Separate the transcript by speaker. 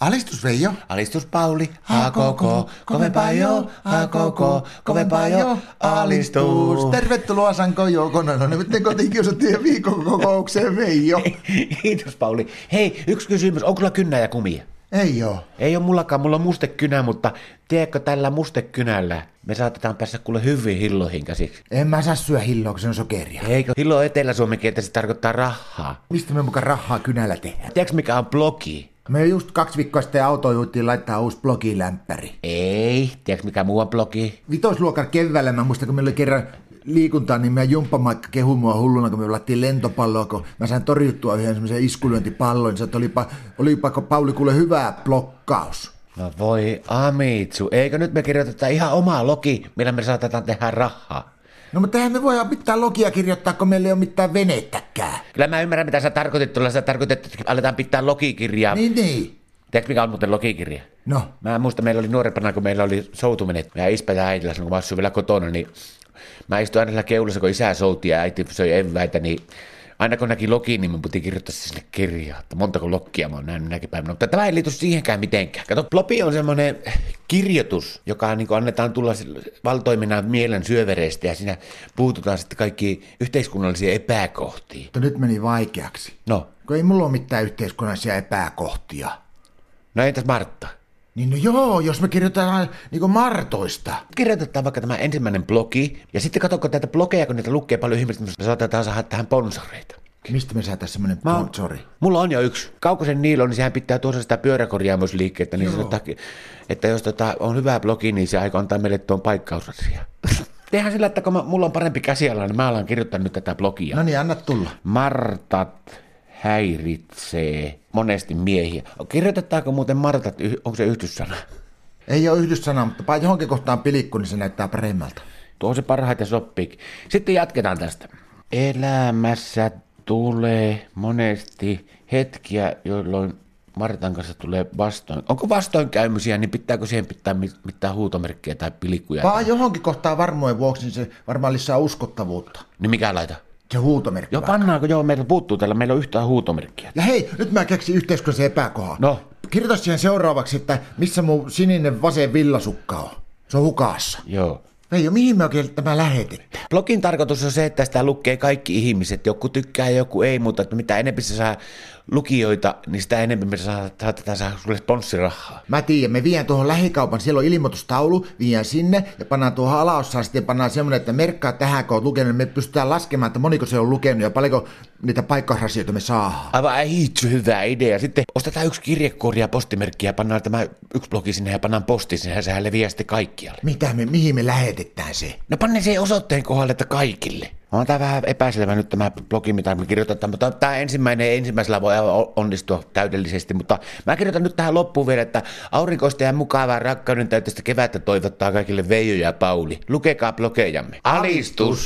Speaker 1: Alistus Veijo.
Speaker 2: Alistus Pauli, a koko, kovempaa jo, a koko, kovempaa jo, alistus.
Speaker 1: Tervetuloa Sanko Joukona, no nyt kotikiusattien viikkokokoukseen Veijo.
Speaker 2: Kiitos Pauli. Hei, yksi kysymys, onko sulla kynnä ja kumia?
Speaker 1: Ei oo.
Speaker 2: Ei ole mullakaan, mulla on mustekynä, mutta tiedätkö tällä mustekynällä me saatetaan päästä kuule hyvin hilloihin käsiksi.
Speaker 1: En mä saa syö hilloa, kun se on sokeria.
Speaker 2: Eikö hillo etelä-suomen kieltä se tarkoittaa rahaa?
Speaker 1: Mistä me mukaan rahaa kynällä tehdään?
Speaker 2: Tiedätkö mikä on blogi?
Speaker 1: Me just kaksi viikkoa sitten autojuuttiin laittaa uusi blogilämpäri.
Speaker 2: Ei, tiedätkö mikä muu on blogi?
Speaker 1: Vitosluokan keväällä, mä muistan, kun meillä oli kerran liikuntaa, niin meidän jumppamaikka kehui mua hulluna, kun me pelattiin lentopalloa, kun mä sain torjuttua yhden semmoisen iskulyöntipallon, niin se että olipa, olipa Pauli kuule hyvä blokkaus.
Speaker 2: No voi amitsu, eikö nyt me kirjoiteta ihan omaa logi, millä me saatetaan tehdä rahaa?
Speaker 1: No mutta eihän me voidaan mitään logia kirjoittaa, kun meillä ei ole mitään venettäkään.
Speaker 2: Kyllä mä ymmärrän, mitä sä tarkoitit tuolla. Sä tarkoitit, että aletaan pitää logikirjaa. Niin.
Speaker 1: Niin, niin.
Speaker 2: Tiedätkö, mikä on muuten logikirja?
Speaker 1: No,
Speaker 2: Mä muistan, meillä oli nuorempana, kun meillä oli soutuminen. Ja ispä ja äidillä, silloin kun mä asuin vielä kotona, niin mä istuin aina siellä keulassa, kun isä souti ja äiti söi eväitä, niin aina kun näki logiin, niin mun piti kirjoittaa se sinne kirjaan, että montako lokkia mä oon nähnyt näkin päivänä. Mutta tämä ei liity siihenkään mitenkään. Kato, blogi on semmoinen kirjoitus, joka niin annetaan tulla sille- valtoimena mielen syövereistä ja siinä puututaan sitten kaikkiin yhteiskunnallisiin epäkohtiin.
Speaker 1: mutta nyt meni vaikeaksi.
Speaker 2: No,
Speaker 1: Kun ei mulla ole mitään yhteiskunnallisia epäkohtia.
Speaker 2: no entäs Martta?
Speaker 1: Niin no joo, jos me kirjoitetaan niinku Martoista.
Speaker 2: Kirjoitetaan vaikka tämä ensimmäinen blogi, ja sitten katsokaa tätä blogeja, kun niitä lukee paljon ihmiset, niin me saatetaan saada tähän sponsoreita.
Speaker 1: Mistä me saataisiin semmonen
Speaker 2: Mä-
Speaker 1: sponsori?
Speaker 2: Mulla on jo yksi. Kaukosen Niilo, niin sehän pitää tuossa sitä pyöräkorjaamusliikkeettä, niin se tota, että jos tota, on hyvä blogi, niin se aika antaa meille tuon paikkausasia. Tehän sillä, että kun mä, mulla on parempi käsiala, niin mä alan kirjoittaa nyt tätä blogia.
Speaker 1: No niin, anna tulla.
Speaker 2: Martat häiritsee monesti miehiä. Kirjoitetaanko muuten Martat, yh- onko se yhdyssana?
Speaker 1: Ei ole yhdyssana, mutta vaan johonkin kohtaan pilikku, niin se näyttää paremmalta.
Speaker 2: Tuo on se parhaiten soppiikin. Sitten jatketaan tästä. Elämässä tulee monesti hetkiä, jolloin Martan kanssa tulee vastoin. Onko vastoinkäymisiä, niin pitääkö siihen pitää mit- mitään huutomerkkejä tai pilkkuja?
Speaker 1: Vaan johonkin kohtaan varmoin vuoksi, niin se varmaan lisää uskottavuutta.
Speaker 2: niin mikä laita?
Speaker 1: Se huutomerkki.
Speaker 2: Joo, pannaanko? Joo, meillä puuttuu tällä. Meillä on yhtään huutomerkkiä.
Speaker 1: Ja hei, nyt mä keksin yhteiskunnallisen epäkohan.
Speaker 2: No.
Speaker 1: Kirjoita siihen seuraavaksi, että missä mun sininen vasen villasukka on. Se on hukassa.
Speaker 2: Joo.
Speaker 1: Veijo, mihin me oikein tämä lähetettä?
Speaker 2: Blogin tarkoitus on se, että sitä lukee kaikki ihmiset. Joku tykkää, joku ei, mutta että mitä enemmän se saa lukijoita, niin sitä enemmän me saa, saatetaan saada sulle sponssirahaa.
Speaker 1: Mä tiedän, me viedään tuohon lähikaupan, siellä on ilmoitustaulu, viedään sinne ja pannaan tuohon alaosaan sitten pannaan semmoinen, että merkkaa tähän, kun oot lukenut, niin me pystytään laskemaan, että moniko se on lukenut ja paljonko niitä paikkarasioita me saadaan.
Speaker 2: Aivan hitsu hyvä idea. Sitten ostetaan yksi kirjekuori ja postimerkki ja pannaan tämä yksi blogi sinne ja pannaan posti sinne ja sehän leviää sitten kaikkialle.
Speaker 1: Mitä me, mihin me lähetetään se?
Speaker 2: No panne se osoitteen kohdalle, että kaikille. On tämä vähän epäselvä nyt tämä blogi, mitä me kirjoitetaan, mutta tämä ensimmäinen ei ensimmäisellä voi aivan o- onnistua täydellisesti, mutta mä kirjoitan nyt tähän loppuun vielä, että aurinkoista ja mukavaa rakkauden täyteistä kevättä toivottaa kaikille Veijo ja Pauli. Lukekaa blogejamme. Alistus!